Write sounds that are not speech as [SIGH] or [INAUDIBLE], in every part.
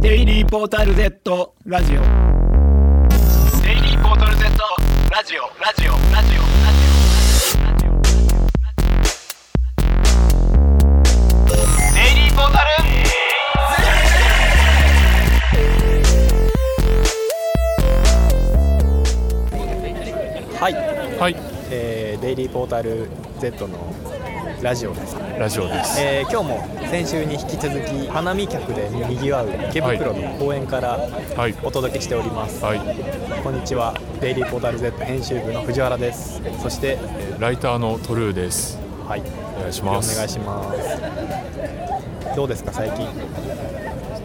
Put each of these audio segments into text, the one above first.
デイリーポータル Z ラジオデイリーポータル Z ラジオラジオラジオラジオラジオデイリーポータルはい、はい、えーデイリーポータル Z のラジオです、ラジオです。えー今日も先週に引き続き花見客でにぎわう池袋の公園からはい、お届けしております、はい、こんにちはデイリーポータル Z 編集部の藤原ですそして、えライターのトルーです。ーはいお願いしお願まいす。しますどうですか最近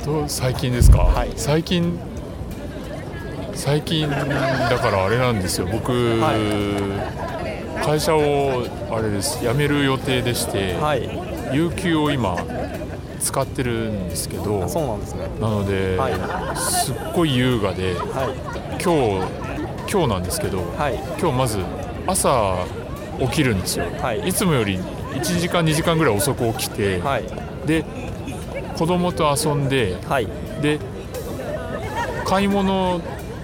と最近ですか、はい最近最近だからあれなんですよ。僕、会社をあれです辞める予定でして、はい有給を今使ってるんですけど、あそうなんですねなので、はいすっごい優雅ではい今日今日なんですけど、はい今日まず朝起きるんですよ、はいいつもより1時間2時間ぐらい遅く起きて、はいで子供と遊んではいで買い物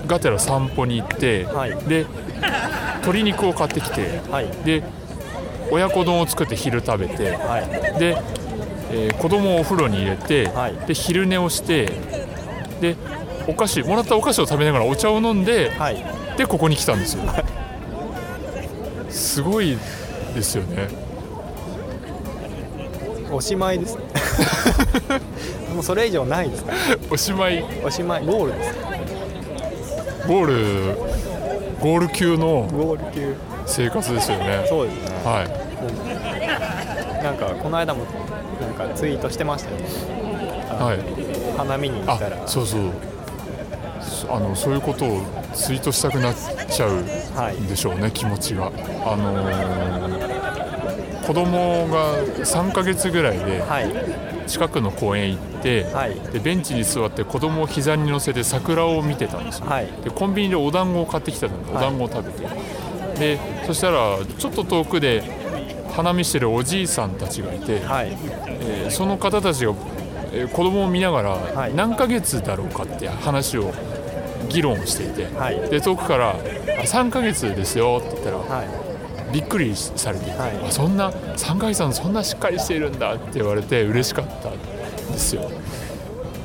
がてら散歩に行って、はいで鶏肉を買ってきてはいで親子丼を作って昼食べてはいで、えー子供をお風呂に入れて、はいで昼寝をしてでお菓子もらったお菓子を食べながらお茶を飲んで、はいでここに来たんですよすごいですよねおしまいです [LAUGHS] もうそれ以上ないですかおしまいおしまいゴールですゴールゴール級のゴール級生活ですよねそうですねはなんかこの間もなんかツイートしてましたよねいはい花見に行ったらあそうそうそあのそういうことをツイートしたくなっちゃうはいんでしょうね気持ちがあのー子供が3ヶ月ぐらいではい近くの公園行って、はいでベンチに座って子供を膝に乗せて桜を見てたんですよはいでコンビニでお団子を買ってきたのでおはい団子を食べて、でそしたらちょっと遠くで花見してるおじいさんたちがいて、はいえーその方たちが、えー子供を見ながら、い何ヶ月だろうかって話を議論をしていて、はいで遠くからあ「3ヶ月ですよ」って言ったらはいびっくりされて、はいあそんな3ヶ月さんそんなしっかりしているんだって言われて嬉しかったんですよ。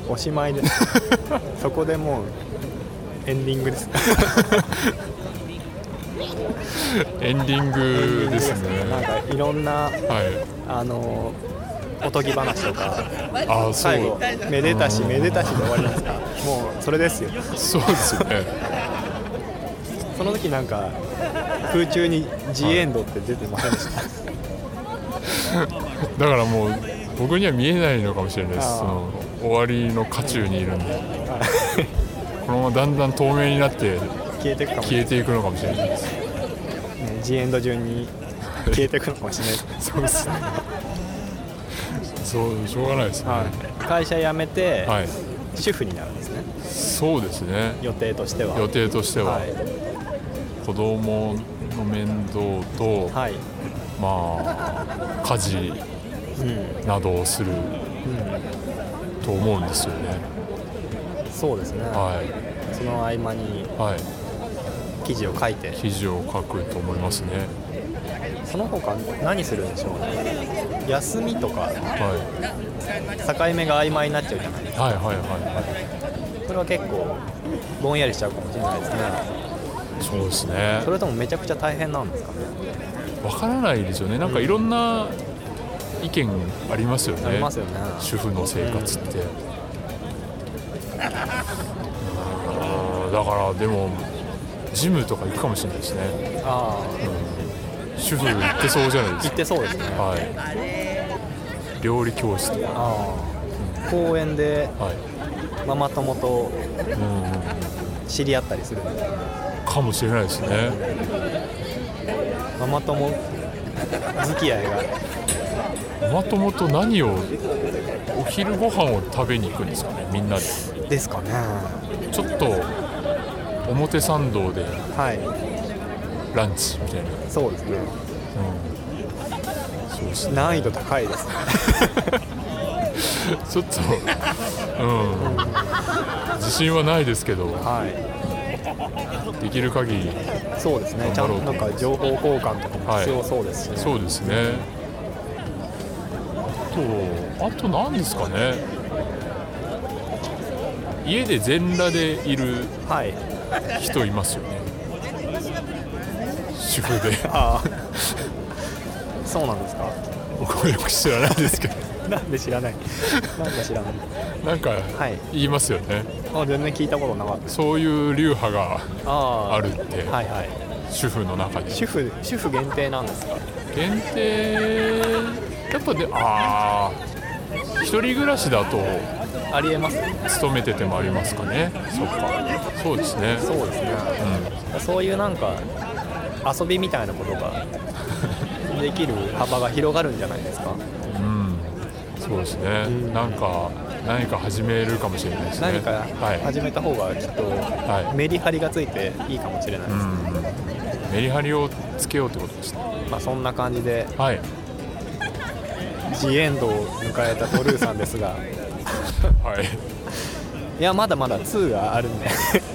おしまいです [LAUGHS] そこでもうエンディングですエンディングですね。なんかいろんなはい。あのーおとぎ話とかあ、そ最後う。めでたしめでたしで終わりますからもうそれですよそうですよね。その時なんか空中に「ジエンド」って出てませんでした、だからもう僕には見えないのかもしれないであーす。その終わりの渦中にいるんで、はいこのままだんだん透明になって消えていくかもしれ消えていくのかもしれないです。ない、ね、ジエンド順に消えていくのかもしれないそうですね。そうしょうがないですね。ははい、会社辞めて、い。主婦になるんですねそうですね。予定としては予定としてははい、子供の面倒と、はいまあ家事うんなどをすると思うんですよね。うん、そうですね、はいその合間にはい。記事を書いて記事を書くと思いますね。その他何するんでしょうね休みとかはい、境目が曖昧になっちゃうじゃないですはいはいはいはかそれは結構ぼんやりしちゃうかもしれないですねい。そうですねそ。れともめちゃくちゃ大変なんですかねわからないですよね。なんかいろんな意見ありますよね。ありますよね主婦の生活って。うんだからでもジムとか行くかもしれないですね。あ主婦行ってそうじゃないであす行ってそうですねか。はい。料理教室とか。ああ公園ではい。ママ友とうん知り合ったりするんですかもしれないですね。ママ友付き合いがママ友と何をお昼ご飯を食べに行くんですかね。みんなで。ですかねちょっと表参道ではいランチみたいな、そうですねうん、そうですね難易度高いですねちょっと、うん、自信はないですけどはできる限りい、そうですね、ちゃんとなんか情報交換とかも必要そうですしね、そうですねあとあと何ですかね家で全裸でいるはい、人いますよね主婦でああ、そうなんですか、 [LAUGHS] 僕もよく知らないですけどなんで知 [LAUGHS] らない、なんで知らない、なんかい言いますよね、あ全然聞いたことなかったです、そういう流派がああるってはいはい、主婦の中で主婦、主婦限定なんですか、限定やっぱでああ一人暮らしだとありえます、勤めててもありますかねそっかそうですねそうですね、そういうなんか、遊びみたいなことができる幅が広がるんじゃないですか、うんそうですね、んなんか何か始めるかもしれないですね何かはい、始めた方がきっと、はいメリハリがついていいかもしれないです、うん、メリハリをつけようってことですねまあ、そんな感じで、はいジエンドを迎えたトルーさんですが。はいいやまだまだ2があるんで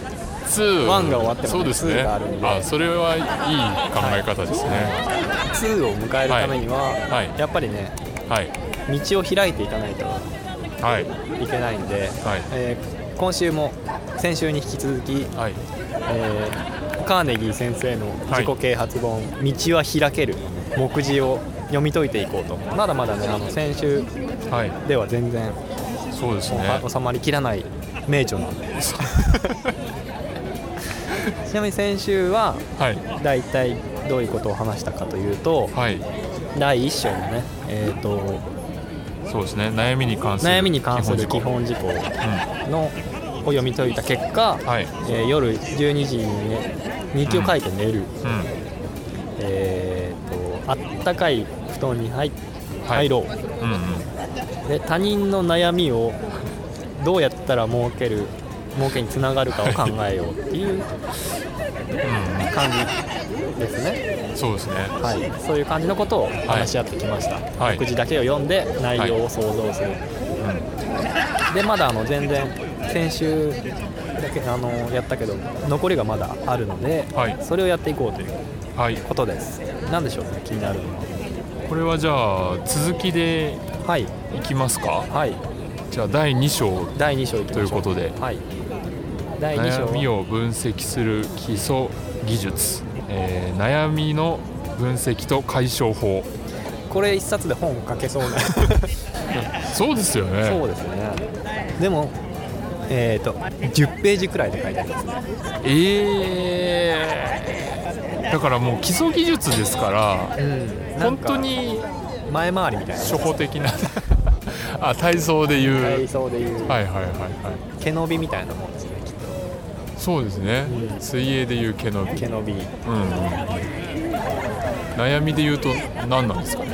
[LAUGHS] 2 1が終わってもねそうです2ねがあるんでそれはいい考え方ですね2を迎えるためには、はいはいやっぱりねはい道を開いていかないとはいいけないんで、はいえー今週も先週に引き続き、はいえーカーネギー先生のはい自己啓発本「道は開ける」目次を読み解いていこうとまだまだねあの先週はいでは全然そうですね収まりきらない名著なんでちなみに先週ははい大体どういうことを話したかというと、はい第1章のね、えー、とそうですね悩みに関する悩みに関する基基本本事項事項のを読み解いた結果、うんはいえー夜12時に、ね、日記を書いて寝る、うえー、とあったかい布団に入はい入ろう、んうんうんで他人の悩みをどうやったら儲ける儲けにつながるかを考えようっていう感じですね、うんそうですねはい、そういう感じのことを話し合ってきました、はい目次だけを読んで内容を想像する、でまだあの全然先週だけあのやったけど残りがまだあるので、はいそれをやっていこうというはいことです何でしょうね気になるのはこれはじゃあ続きではいいきますかはいじゃあ第2章第2章いきとましょういうことではい第2章悩みを分析する基礎技術、えー悩みの分析と解消法これ一冊で本書けそう [LAUGHS] なそうですよねそうですねでもえっ、と10ページくらいで書いてありますねえーだからもう基礎技術ですからうん本当に前回りみたいな初歩的な [LAUGHS] あ体操で言体う操でいうはいはいはいはい毛伸びみたいなもんですねきっとそうですね、うん水泳で言う毛伸び、毛伸びうんうん、悩みで言うと何なんですかね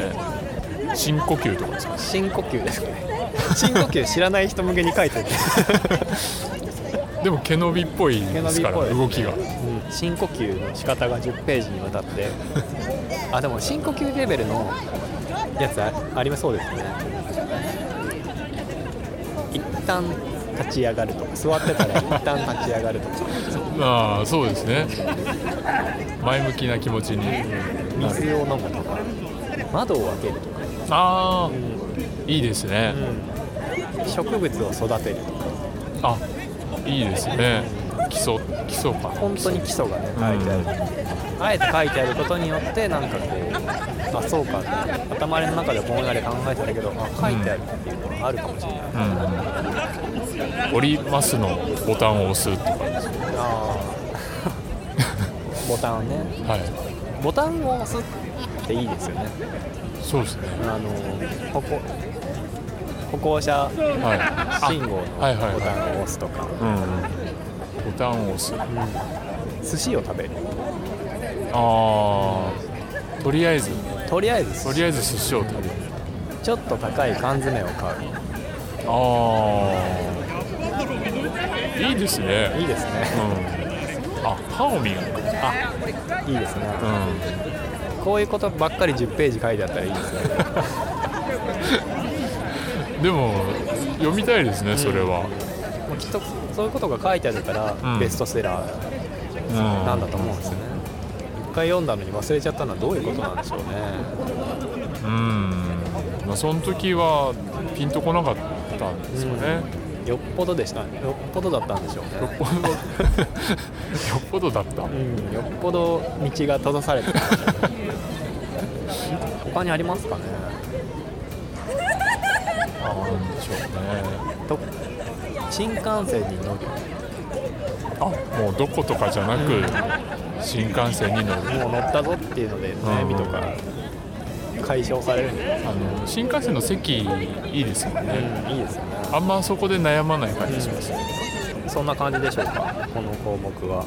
深呼吸とかですか深呼吸ですね深呼吸知らない人向けに書いてる、でも毛伸びっぽいですから毛伸動びっぽいきがうん、深呼吸の仕方が10ページにわたってあでも深呼吸レベルのやつあありそうですね一旦立ち上がるとか座ってたら一旦立ち上がるとかああそうですね前向きな気持ちになる水を飲むとか窓を開けるとか、ああいいですねうん、植物を育てるとかあいいですね基礎基礎か本当に基礎がね書いてある、あえて書いてあることによってなんかこうあそうかって頭の中でぼんやり考えてたけどあ書いてあるっていうのがあるかもしれない、うん降りますのボタンを押すとかですねあーボタンをねはいボタンを押すっていいですよねそうですねあの歩行歩行者はい信号のボはいはいはいタンを押すとかうんうんボタンを押すあ寿司を食べるあーとりあえずとりあえずとりあえず寿司を食べるちょっと高い缶詰を買うああいいですねいいですうねんあ歯を磨くあいいですねうんこういうことばっかり10ページ書いてあったらいいですねでも読みたいですねそれは、もうきっとそういうことが書いてあるから、うんベストセラーうんなんだと思うんですね、一回読んだのに忘れちゃったのはどういうことなんでしょうねうんまあその時はピンとこなかったんですよね、よっぽどでしたねよっぽどだったんでしょうねよっぽどよ [LAUGHS] っぽどだったうん、よっぽど道が閉ざされてる [LAUGHS] 他にありますかねなんでしょうねと新幹線に乗るあもうどことかじゃなく新幹線に乗るもう乗ったぞっていうので悩みとか解消されるんで、あの新幹線の席いいですよねうん、いいですよねあんまそこで悩まない感じします、そんな感じでしょうかこの項目は、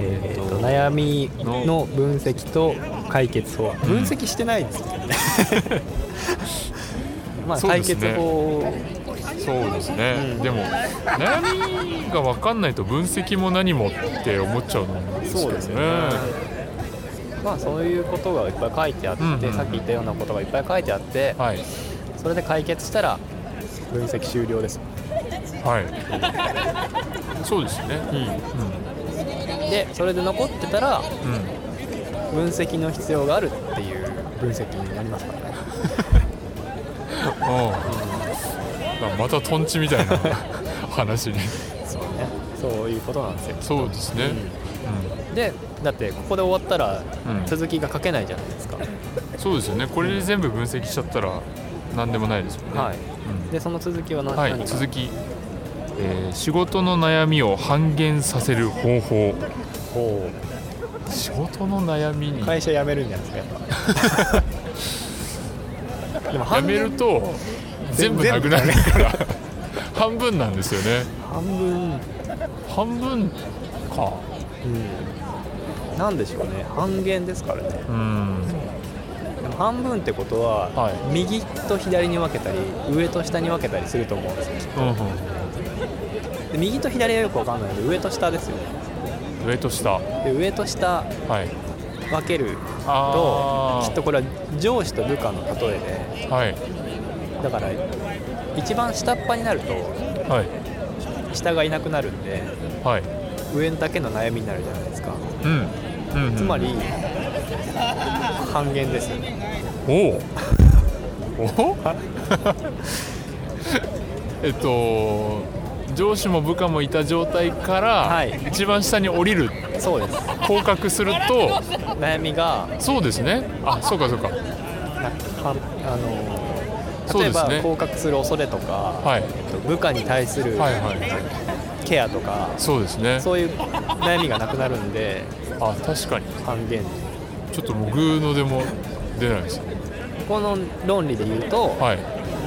えー、と悩みの分析と解決法分析してないですよね [LAUGHS] まあそう解ですね決法そうですね、でも悩みが分かんないと分析も何もって思っちゃうんですけそどうねですよね。まあそういうことがいっぱい書いてあって、うんうんうんさっき言ったようなことがいっぱい書いてあって、はいそれで解決したら分析終了です。はいそうですねでそれで残ってたらうん、うん分析の必要があるっていう分析になりますからね。おうまたトンチみたい [LAUGHS] な話にそうね。そういうことなんですよ。そうですね、でだってここで終わったらうん続きが書けないじゃないですか。うん、そうですよねこれで全部分析しちゃったら何でもないですもんねはいうんでその続きは何,、はい、何か続き、えー仕事の悩みを半減させる方法こ仕事の悩みうに会社辞めるんじゃないです [LAUGHS] かやっぱ。でもや半分めると全部なくなるから [LAUGHS] 半分なんですよね半分半分かうん、なんでしょうね半減ですからねうんでも半分ってことは、はい右と左に分けたり上と下に分けたりすると思うんですようんうんで右と左はよく分かんないので上と下ですよね上と下はで上と下い分けるとあーきっとこれは上司と部下の例えはいでだから一番下っ端になるとはい下がいなくなるんではい上だけの悩みになるじゃないですかうん、うん、つまり、半減ですよねおお [LAUGHS] おえっと上司も部下もいた状態から、はい一番下に降りるそうです降格すると悩みがそうですねあそうかそうかなはあのーそう例えですば、ね降格する恐れとか、はいえっと部下に対するはいはいケアとか、そうですねそういう悩みがなくなるんであ確かに半減ちょっともうグーのでも出ないですねこの論理で言うと、はい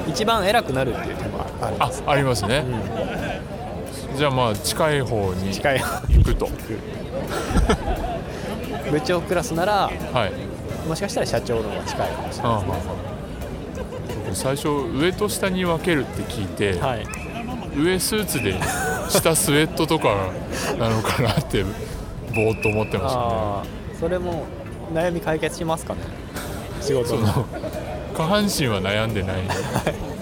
一番偉くなるっていう手もあるんあですありますねう、ん、じゃあまあ近い方に近い行くと部長クラスならはい、もしかしたら社長の方が近いかもしれないですね、僕最初上と下に分けるって聞いて、はい、上スーツで下スウェットとかなのかなってぼーっと思ってましたねあーそれも悩み解決しますかね仕事そのの下半身は悩んでない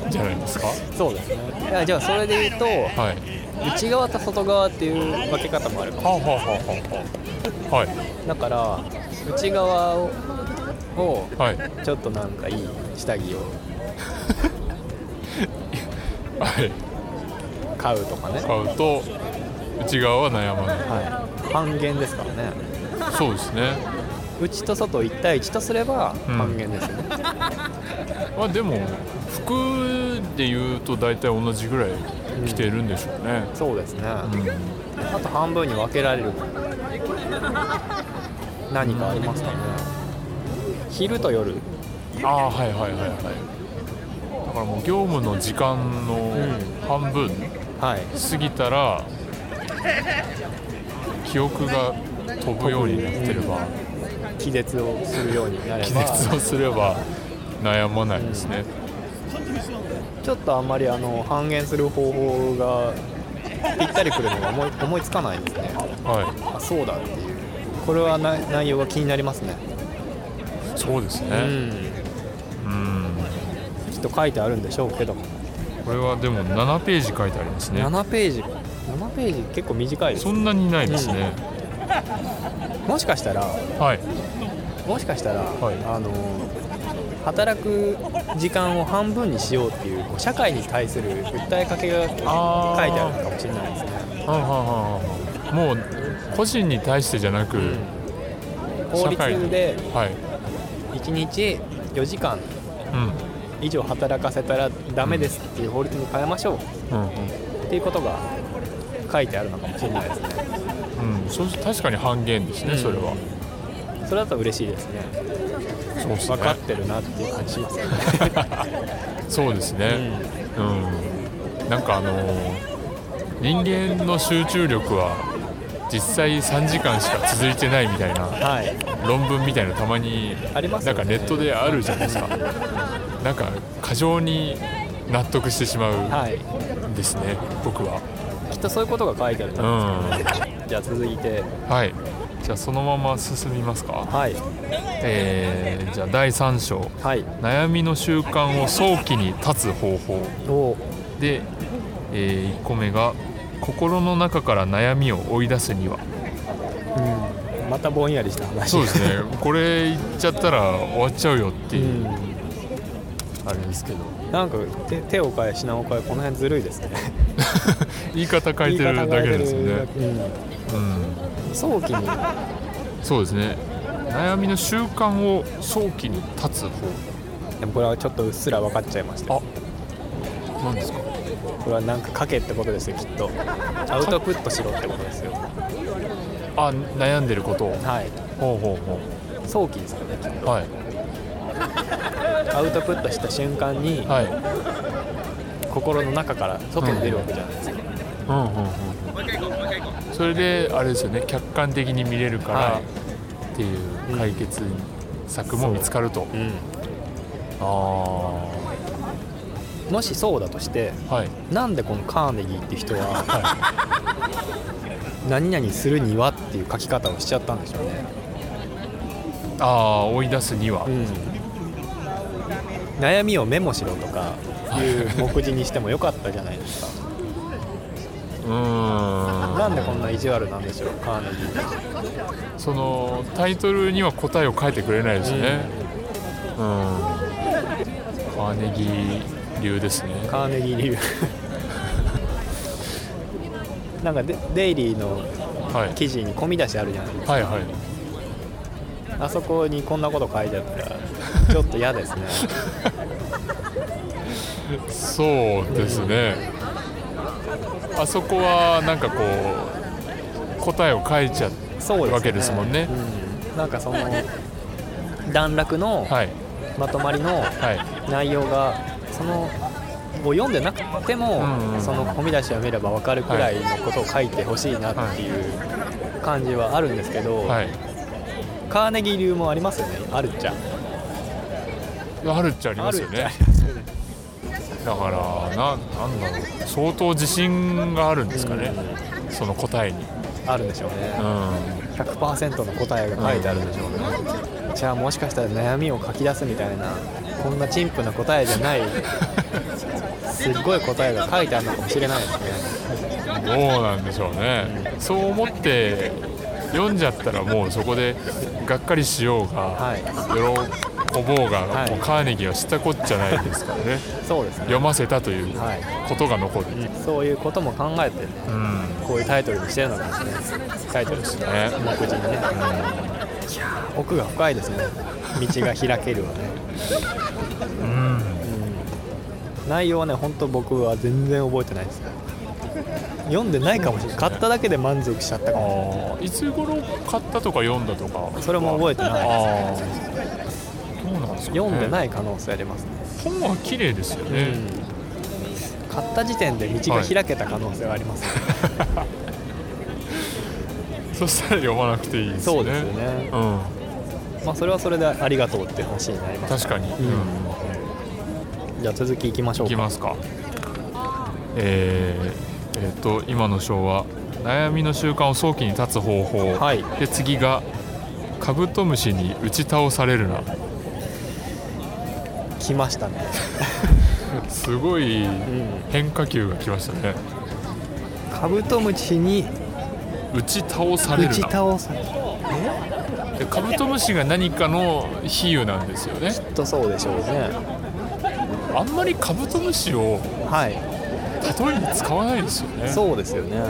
じゃないですかそうですねいやじゃあそれで言うと、はい内側と外側っていう分け方もあるかはもあはあはあはだから内側ををあはいはいちょっとなんかいい下着をはい買うとかね、買うと内側は悩まないはい、半減ですからねそうですね内と外1対1とすれば半減ですよね、まあでも服で言うと大体同じぐらい着てるんでしょうね、そうですね、うんあと半分に分けられる何かありますかね昼と夜ああはいはいはいはいだからもう業務の時間の半分、はい過ぎたら記憶が飛ぶようになってれば気絶をするようになれば気絶をすれば悩まないですね、ちょっとあんまりあの半減する方法がぴったりくるのが思い思いつかないですねはあそうだっていうこれはな内容が気になりますねいそうですうねんうんきっと書いてあるんでしょうけどもこれはでも7ページ書いてありますね7ページ7ページ結構短いですそんなにないですね、もしかしたらはいもしかしたら、はいあの働く時間を半分にしようっていうこう社会に対する訴えかけが書いてあーあるのかもしれないですねはんはんはんはんもう個人に対してじゃなく、法律ではい、 1日4時間以上働かせたらダメですっていう法律に変えましょううんうんっていうことが書いてあるのかもしれないですねうん、そう確かに半減ですね、うんそれはそれだと嬉しいですねそうです分かってるなっていう感じしますねそうですねうん、なんかあのー人間の集中力は実際3時間しか続いてないみたいなはい論文みたいなたまにありますなよんかねネットであるじゃないですかなんか過剰に納得してしまうはいんですね、僕はきっとそういうことが書いてあるとうん思うんですけどじゃあ続いてはいじゃあそのまま進みますかはいえーじゃあ第3章はい悩みの習慣を早期に断つ方法おで、え1個目が心の中から悩みを追い出すにはうん、またぼんやりした話そうですね [LAUGHS] これ言っちゃったら終わっちゃうよってういう、んあれですけどなんか手手を変え品を変えこの辺ずるいですね [LAUGHS] 言い方 [LAUGHS] 変えてるだけですよ言いね方、変えてるだけうん、うん、早期にはそうですね悩みの習慣を早期に断つ方いでもこれはちょっとうっすら分かっちゃいましたあなんですかこれはなんか書けってことですよきっとアウトプットしろってことですよあ悩んでることをはいほうほうほ早期ですよねうはいアウトプットした瞬間にはい心の中から外に出るわけじゃないですか、うんうんうんそれであれですよね客観的に見れるから、はいっていう解決策も見つかると、あもしそうだとしてあはいなんでこのカーネギーって人は何々するにはっていう書き方をしちゃったんでしょうね、ああ追い出すには、悩みをメモしろとかいう目次にしてもよかったじゃないですかうーんなんでこんな意地悪なんでしょうカーネギーそのタイトルには答えを書いてくれないですねうんカーネギー流ですねカーネギー流なんかデデイリーのはい記事に込み出しあるじゃないですかはいはいあそこにこんなこと書いてあったらちょっと嫌ですね [LAUGHS] そうですね、あそこはなんかこう答えを書いちゃってそうですねわけですもんねうんなんかその段落のはいまとまりのはい内容がそのを読んでなくても、うんうんその込み出しを見れば分かるくらいのことを書いてほしいなっていう感じはあるんですけど、はいカーネギー流もありますよねあるっちゃあるっちゃありますよねあるっちゃありますよねだからななんだろう相当自信があるんですかね、その答えにあるんでしょうねうん100%の答えが書いてあるんでしょうね、じゃあもしかしたら悩みを書き出すみたいなこんな陳腐な答えじゃないすっごい答えが書いてあるのかもしれないですねどうなんでしょうねそう思って読んじゃったらもうそこでがっかりしようが、はい喜ぼうが、はいもうカーネギーは知ったこっちゃないですからねそうですね読ませたというはいことが残る、うんそういうことも考えてねこういうタイトルにしてるのかもしれないですねタイトルですねね目次にねいやー奥が深いですね道が開けるはねうん内容はね本当僕は全然覚えてないです読んでないかもしれない買っただけで満足しちゃったかあもーいつ頃買ったとか読んだとかそれも覚えてないあーどうなんですか、ね、読んでいない可能性ありますね本は綺麗ですよね、うん買った時点で道が開けた可能性はありますね、そしたら読まなくていいですね。そうですよねうん、まあそれはそれでありがとうって話になります確かに。うんんじゃあ続きいきましょいうきかますか。えーえーっと今の章は悩みの習慣を早期に立つ方法。はいで次がカブトムシに打ち倒されるな。来ましたねすごい変化球が来ましたねカブトムシに打ち倒され打るちな倒さでカブトムシが何かの比喩なんですよねとそうでしょうねあんまりカブトムシをはい例えに使わないですよねそうですよね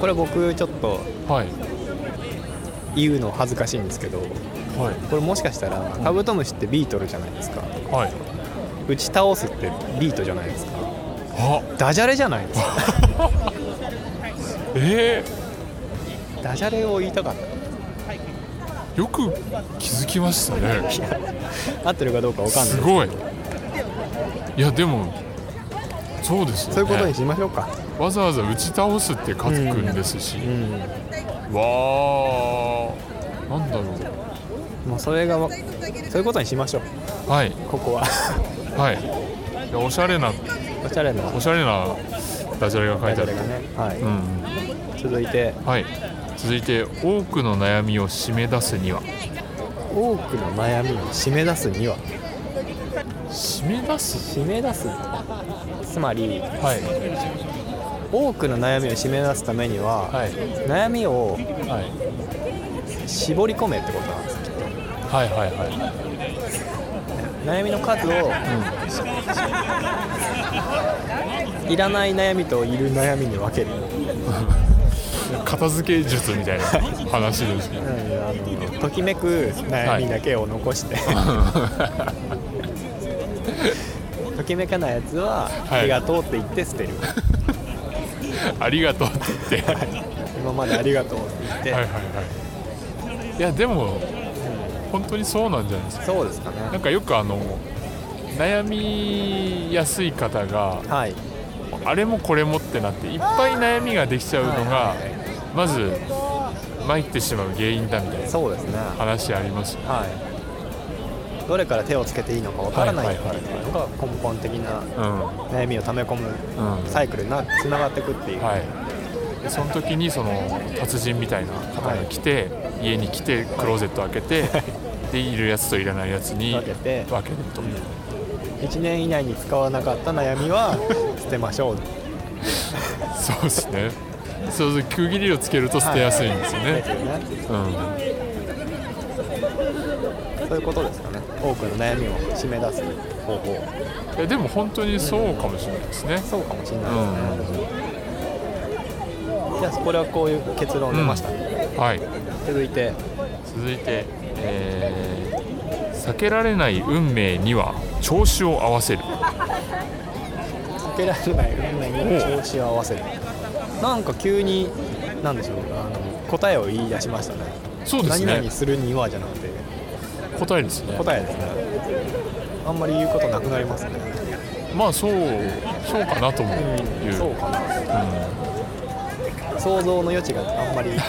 これ僕ちょっとはい言うの恥ずかしいんですけどはいこれもしかしたらカブトムシってビートルじゃないですかはい打ち倒すってビートじゃないですかあダジャレじゃないですかえダジャレを言いたかったー、よく気づきましたね合ってるかどうかわかんないすごいいやでもそうですよねそういうことにしましょうか、わざわざ打ち倒すってカズくんですし、うんわーなんだろもうそれがわそういうことにしましょううはいここ [LAUGHS] ははいいやおしゃれなおしゃれなおしゃれなダジャレが書いダジてあャるレがね、はういん続いてはい続いて多くの悩みを締め出すには多くの悩みを締め出すには締め出す締め出すつまりはい多くの悩みを締め出すためには、はい悩みをはい絞り込めってことなんですよはいはいは悩みの数を、いらない悩みといる悩みに分ける、い片付け術みたいな話ですねあのときめく悩みだけを残して、ときめかないやつは、いありがとうって言って捨てるありがとうって言って今までありがとうって言って、はいはいはいいやでも本当にそうなんじゃないですかそうですかなねんかよくあの悩みやすい方がはいあれもこれもってなっていっぱい悩みができちゃうのがまず参ってしまう原因だみたいなそうですね話ありますよはいどれから手をつけていいのかわからないっていうのが根本的なうんうん悩みを溜め込むサイクルになつながっていくっていう、はいでその時にその達人みたいな方が来て家に来てクローゼット開けてでいるやつといらないやつに分けて分けると1年以内に使わなかった悩みは [LAUGHS] 捨てましょうそうですねそうそう区切りをつけると捨てやすいんですよですね、よねうんそういうことですかね多くの悩みを締め出す方法えでも本当にそうかもしれないですね、そうかもしれうないですね、んじゃあこれはこういう結論出ました、はい続いて続いて、えー避けられない運命には調子を合わせる避けられない運命に調子を合わせるなんか急になんでしょうあの答えを言い出しましたねそうです何ね々するにはじゃなくて答えですね答えですねあんまり言うことなくなりますね、まあそうそうかなともいう、そうかな、想像の余地があんまり [LAUGHS]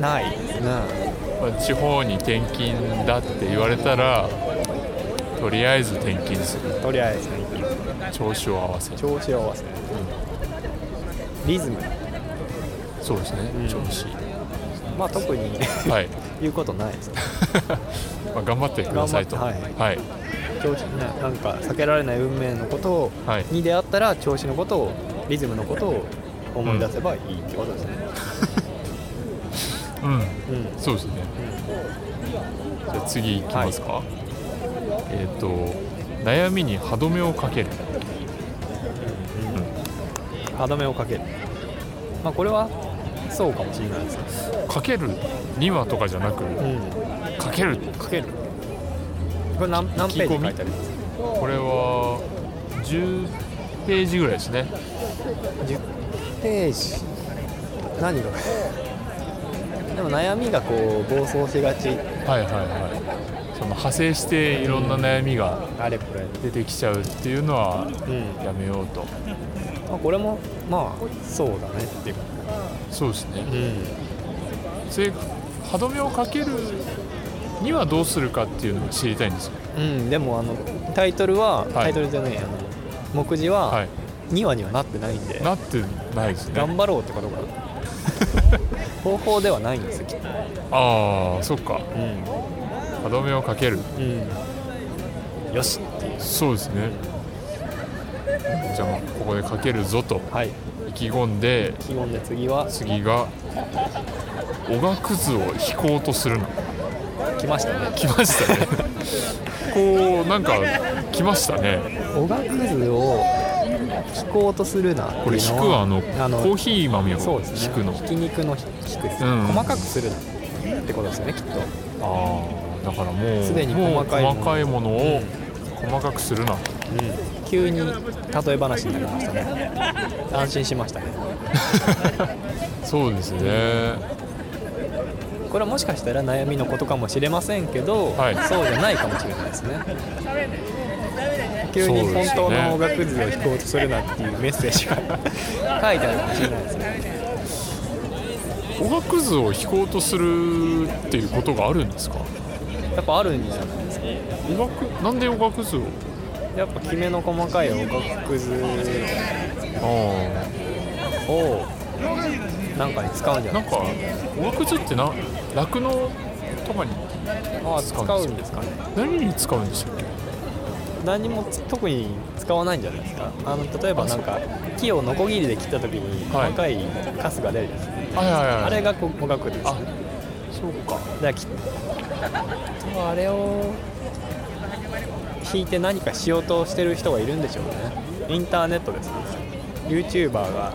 ないですねまあ地方に転勤だって言われたらとりあえず転勤するとりあえずね調子を合わせる調子を合わせる、リズムそうですね、調子まあ特に [LAUGHS] はい、 [LAUGHS] 言うことないですねまあ、頑張ってくださいと頑張ってはい、調子ねなんか避けられない運命のことを、はいに出会ったら調子のことをリズムのことを思い出せばいいってことですね、うんうんそうですね。じゃあ次行きますか。えっ、と悩みに歯止めをかける。歯止めをかけるまあこれはそうかもしれないですねかけるにはとかじゃなくうんかける。かけるこれ何何ページ書いてありますこれは10ページぐらいですね。 10ページ何が [LAUGHS] でも悩みがこう暴走しがちはいはいはい。その派生していろんな悩みがあれこれ出てきちゃうっていうのはうんやめようと。あこれもまあそうだねっていうそうですね。うんそれ歯止めをかけるにはどうするかっていうのを知りたいんですよ。うんでもあのタイトルは、タイトルじゃないあの目次は、はい。 2話にはなってないんでなってないですね。頑張ろうってこ [LAUGHS] とかな方法ではないんですよきっとああ、そっか。うん歯止めをかけるうんよしっていうそうですねじゃあまあここでかけるぞとはい意気込んで基本で次は次がおがくずを引こうとするの来ましたね来ましたねこうなんか来ましたねおがくずを引こうとするなっていうのはこれ引くはあのコーヒー豆をそうですね引くの、ひき肉のひ引くです、うん細かくするってことですよねきっとああだからもうすでにもう細かいもの細かいものを細かくするなと急に例え話になりましたね安心しましたねそうですねこれはもしかしたら悩みのことかもしれませんけど、はいそうじゃないかもしれないですね急に本当の音楽図を弾こうとするなっていうメッセージが書いてあるかもしれないですねおがくずを引こうとするっていうことがあるんですかやっぱあるんじゃないですかおがくなんでおがくずをやっぱきめの細かい音楽図あをなんかに使うんじゃあなないんかおがくずってな酪農とかにああ使うんですかね何に使うんでしたっけ何もつ特に使わないんじゃないですかあの例えばなんか木をノコギリで切った時にはい細かいカスが出るじゃないですかはいはいはいあれがこう音くですねあそうかだからきっとあれを弾いて何かしようとしてる人がいるんでしょうねインターネットですね YouTuber が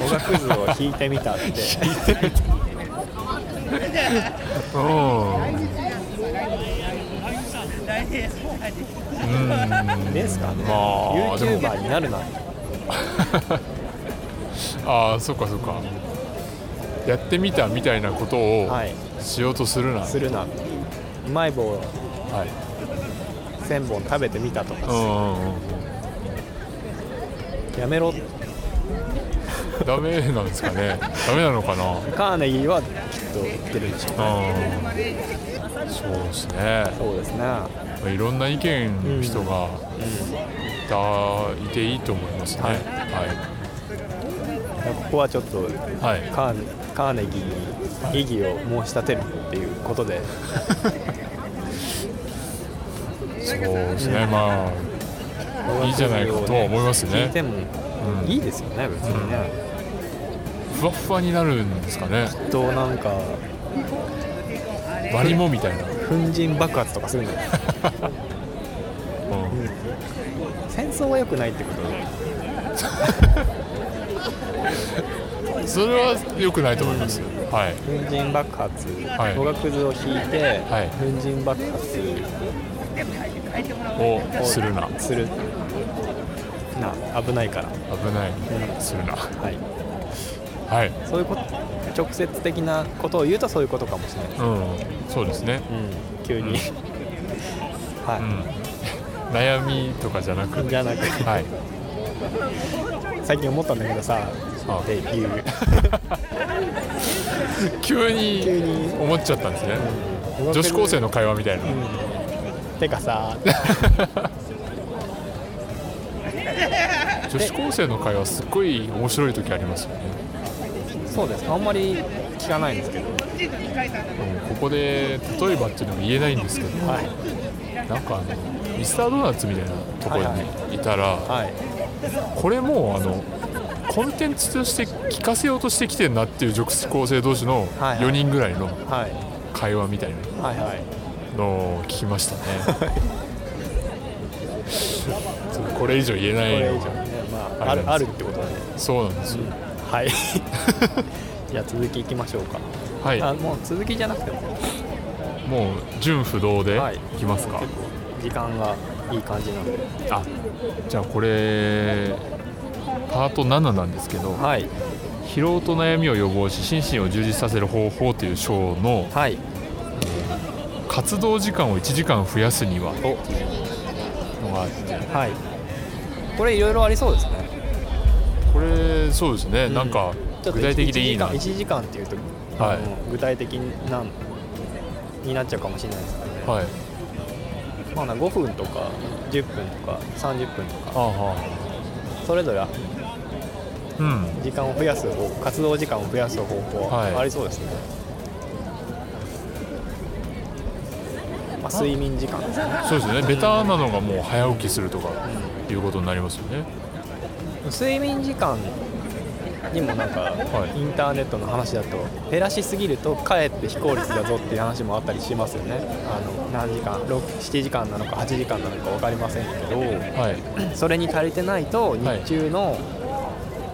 音楽図を弾いてみたってうんですかねまあでも YouTuber になるなってああそっかそっかやってみたみたいなことをはいしようとするな、するなうまい棒をはい1000本食べてみたとうかんうんうんやめろダメなんですかねダメなのかなうんカーネギーはきっと言ってるんでしょそううですねそうですねまあいろんな意見の人がいた、いていいと思いますねはいはここはちょっとい、はい、カーネカーネギーに異議を申し立てるっていうことでそうですねまあいいじゃないかとは思いますね聞いてもいいですよね、別にね。ふわふわになるんですかねとなんか割りもみたいな、粉塵爆発とかす [LAUGHS] るの。うん戦争は良くないってこと。それは良くないと思います、はい粉塵爆発、い語学図を引いて、はい粉塵爆発をするなをする。な危ないから、危ないするなはい、はいそういうこと直接的なことを言うとそういうことかもしれない、うんそうですねうん、急うに、んう [LAUGHS] はん悩みとかじゃなくい、じゃなくてはい最近思ったんだけどさあって [LAUGHS] いう急に急に思っちゃったんですね女子高生の会話みたいなてか [LAUGHS] さ女子高生の会話すっごい面白い時ありますよね、そうですあんまり聞かないんですけどうんここで例えばっていうのも言えないんですけどはいなんかあのミスタードーナツみたいなところはいにいたら、はいこれもうあのコンテンツとして聞かせようとしてきてんなっていう女子高生同士のはいはい4人ぐらいのはい会話みたいなはいはいのを聞きました [LAUGHS] ねそうこれ以上言えないこれ以上ねまあああれなんでるすあるってことだねそうなんですよ、はい [LAUGHS] じゃあ続きいきましょうか、はいあもう続きじゃなくてももう純不動ではいいきますか、結構時間がいい感じなんであじゃあこれパート7なんですけどはい疲労と悩みを予防し心身を充実させる方法という章のはい活動時間を1時間増やすにはおのがあってはいこれいろいろありそうですねこれそうですね、なんかちょっと具体的でいいな1時間 ,1 時間っていうと、はいあの具体的なんになっちゃうかもしれないですけどね、はいまあ、な5分とか10分とか30分とかああはそれぞれあうん時間を増やす方法活動時間を増やす方法はいはありそうですね、まああ、睡眠時間そうですねベタなのがもう早起きするとかいうことになりますよね睡眠時間にもなんかはいインターネットの話だと減らしすぎるとかえって非効率だぞっていう話もあったりしますよねあの何時間6 7時間なのか8時間なのか分かりませんけどはいそれに足りてないとはい日中の、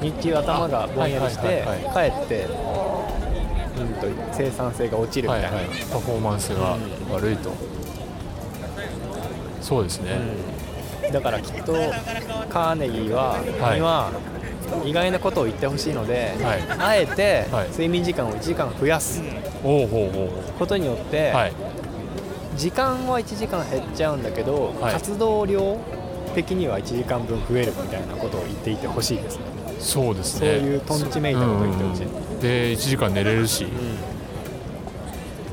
日中頭がぼんやりしはいてはいはいかえって、うん、と生産性が落ちるみはたいいな、はいパフォーマンスが悪いとそうですね、うんだからきっとカーネギーは、はいには意外なことを言ってほしいので、はいあえてはい睡眠時間を1時間増やすおうほうほうほことによって、うはい時間は1時間減っちゃうんだけど、はい活動量的には1時間分増えるみたいなことを言っていてほしいですねそうですそうねいうとんちめいたことを言ってほしいうんうんうんで1時間寝れるし、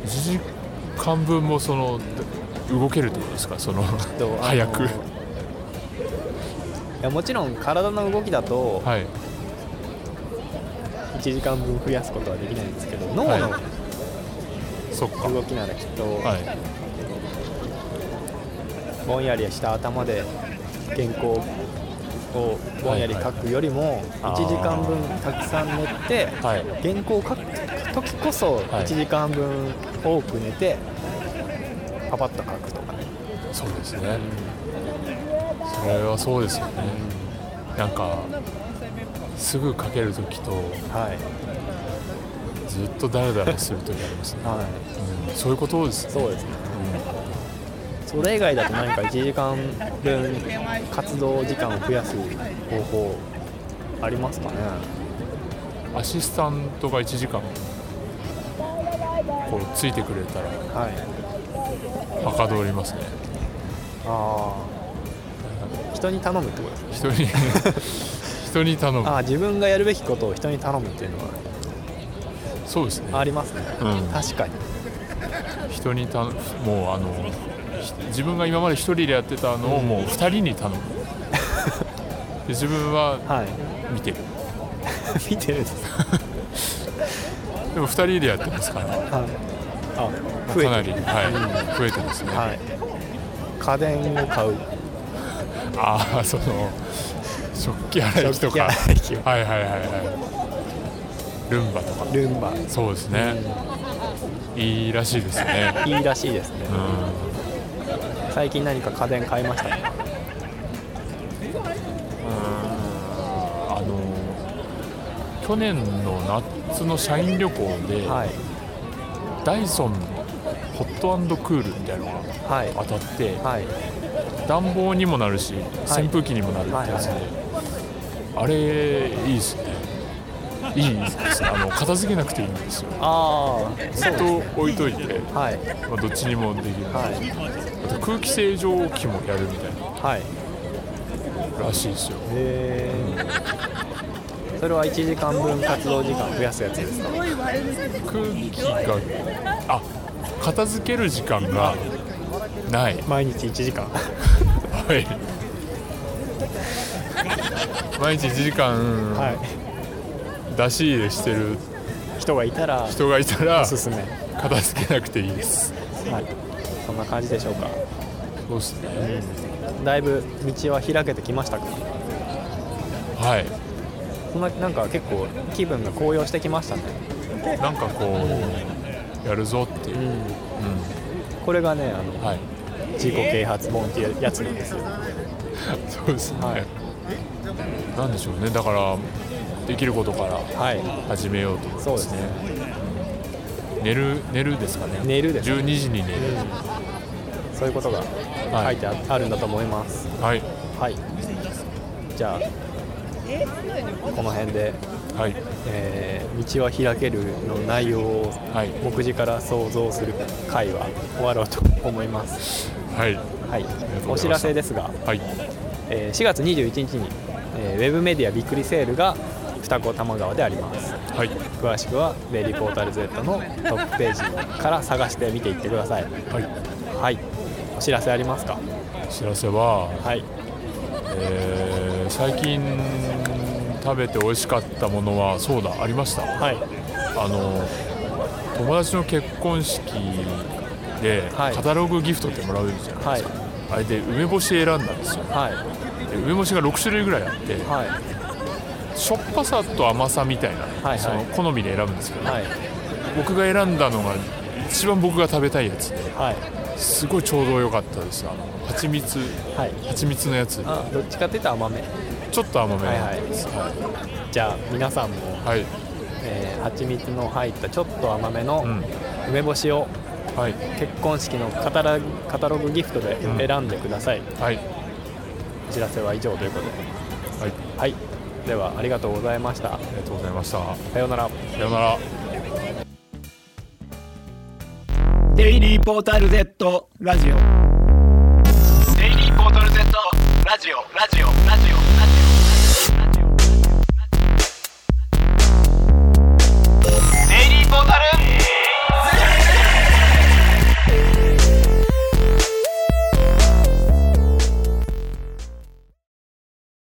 1時間分もその動けるってことですかそのとあの早くいやもちろん体の動きだとはい1時間分増やすことはできないんですけど、は脳いのそっか動きならきっと、はいぼんやりした頭で原稿をぼんやり書くよりもはい1時間分たくさん寝てはい原稿を書く時こそはい1時間分多く寝てパパッと書くとかねそうですねそれはそうですよねなんかすぐかけるときとはいずっとダラダラするときありますね、はいうんそういうことですねそうですねそれ以外だと何か1時間分活動時間を増やす方法ありますかねアシスタントが1時間こうついてくれたらはいはかどりますねああ人に頼むってことですね人に人 [LAUGHS] に頼むああ自分がやるべきことを人に頼むっていうのはそうですねありますね、うん確かに人に頼むもうあのひ自分が今まで一人でやってたのをもう二人に [LAUGHS] 頼むで自分ははい見てる [LAUGHS] 見てるんですでも二人でやってますからはいあ増かなえり、てるはい、増えてますね、はい家電を買うああその食器洗い機とか食器洗い機はいはいはいはいルンバとかルンバそうですね、いいらしいですね、いいらしいですねうん、最近何か家電買いましたねあの去年の夏の社員旅行で、はいダイソンのホットクールみたいなのがはい当たって、はい暖房にもなるし扇風機にもなるってやつで、はいあれいいですねいいですあの片付けなくていいんですよああずっと置いといて、はいまあ、どっちにもできる、はいあと空気清浄機もやるみたいはいならしいですよへーそれは1時間分活動時間増やすやつですか空気があ片付ける時間がない毎日1時間はい [LAUGHS] 毎日1時間はい出し入れしてる人がいたら人がいたらおすすめ片付けなくていいですはいそんな感じでしょうかそうですねだいぶ道は開けてきましたかはいそんななんか結構気分が高揚してきましたね、なんかこうやるぞっていう、これがねあのはい自己啓発本っていうやつなんですよそうですね、はいなんでしょうねだからできることからはい始めようと思いそうまですすねね寝る寝るですかね寝るです12時に寝る、そういうことが書いてあ,、るんだと思いますはいはいじゃあこの辺で、はいえー道は開ける」の内容をはい目次から想像する回は終わろうと思います、はいはいがとうございましたお知らせですがはいえー4月21日に、えーウェブメディアびっくりセールが二子玉川でありますはい詳しくは「デイリーポータル Z」のトップページから探して見ていってくださいはいはいお知らせありますか知らせは、はいえー最近食べて美味しかったものはそうだありましたはいあの友達の結婚式で、はいカタログギフトってもらうじゃないはいですか、あれで梅干し選んだんですよはいで梅干しが6種類ぐらいあってはいしょっぱさと甘さみたいな、はいその好みで選ぶんですけど、はい僕が選んだのが一番僕が食べたいやつではいすごいちょうど良かったですあの蜂蜜はい蜂蜜のやつあどっちかっていうと甘めちょっと甘めなんですはじゃあ皆さんも、いはい、えー、蜂蜜の入ったちょっと甘めのうん梅干しをはい結婚式のカタラカタログギフトでうん選んでください、はいお知らせは以上ということではい、はいではありがとうございましたありがとうございましたささようならようならデイリーポータル Z ラジオデイリーポータル Z ラジオラジオラジオラジオ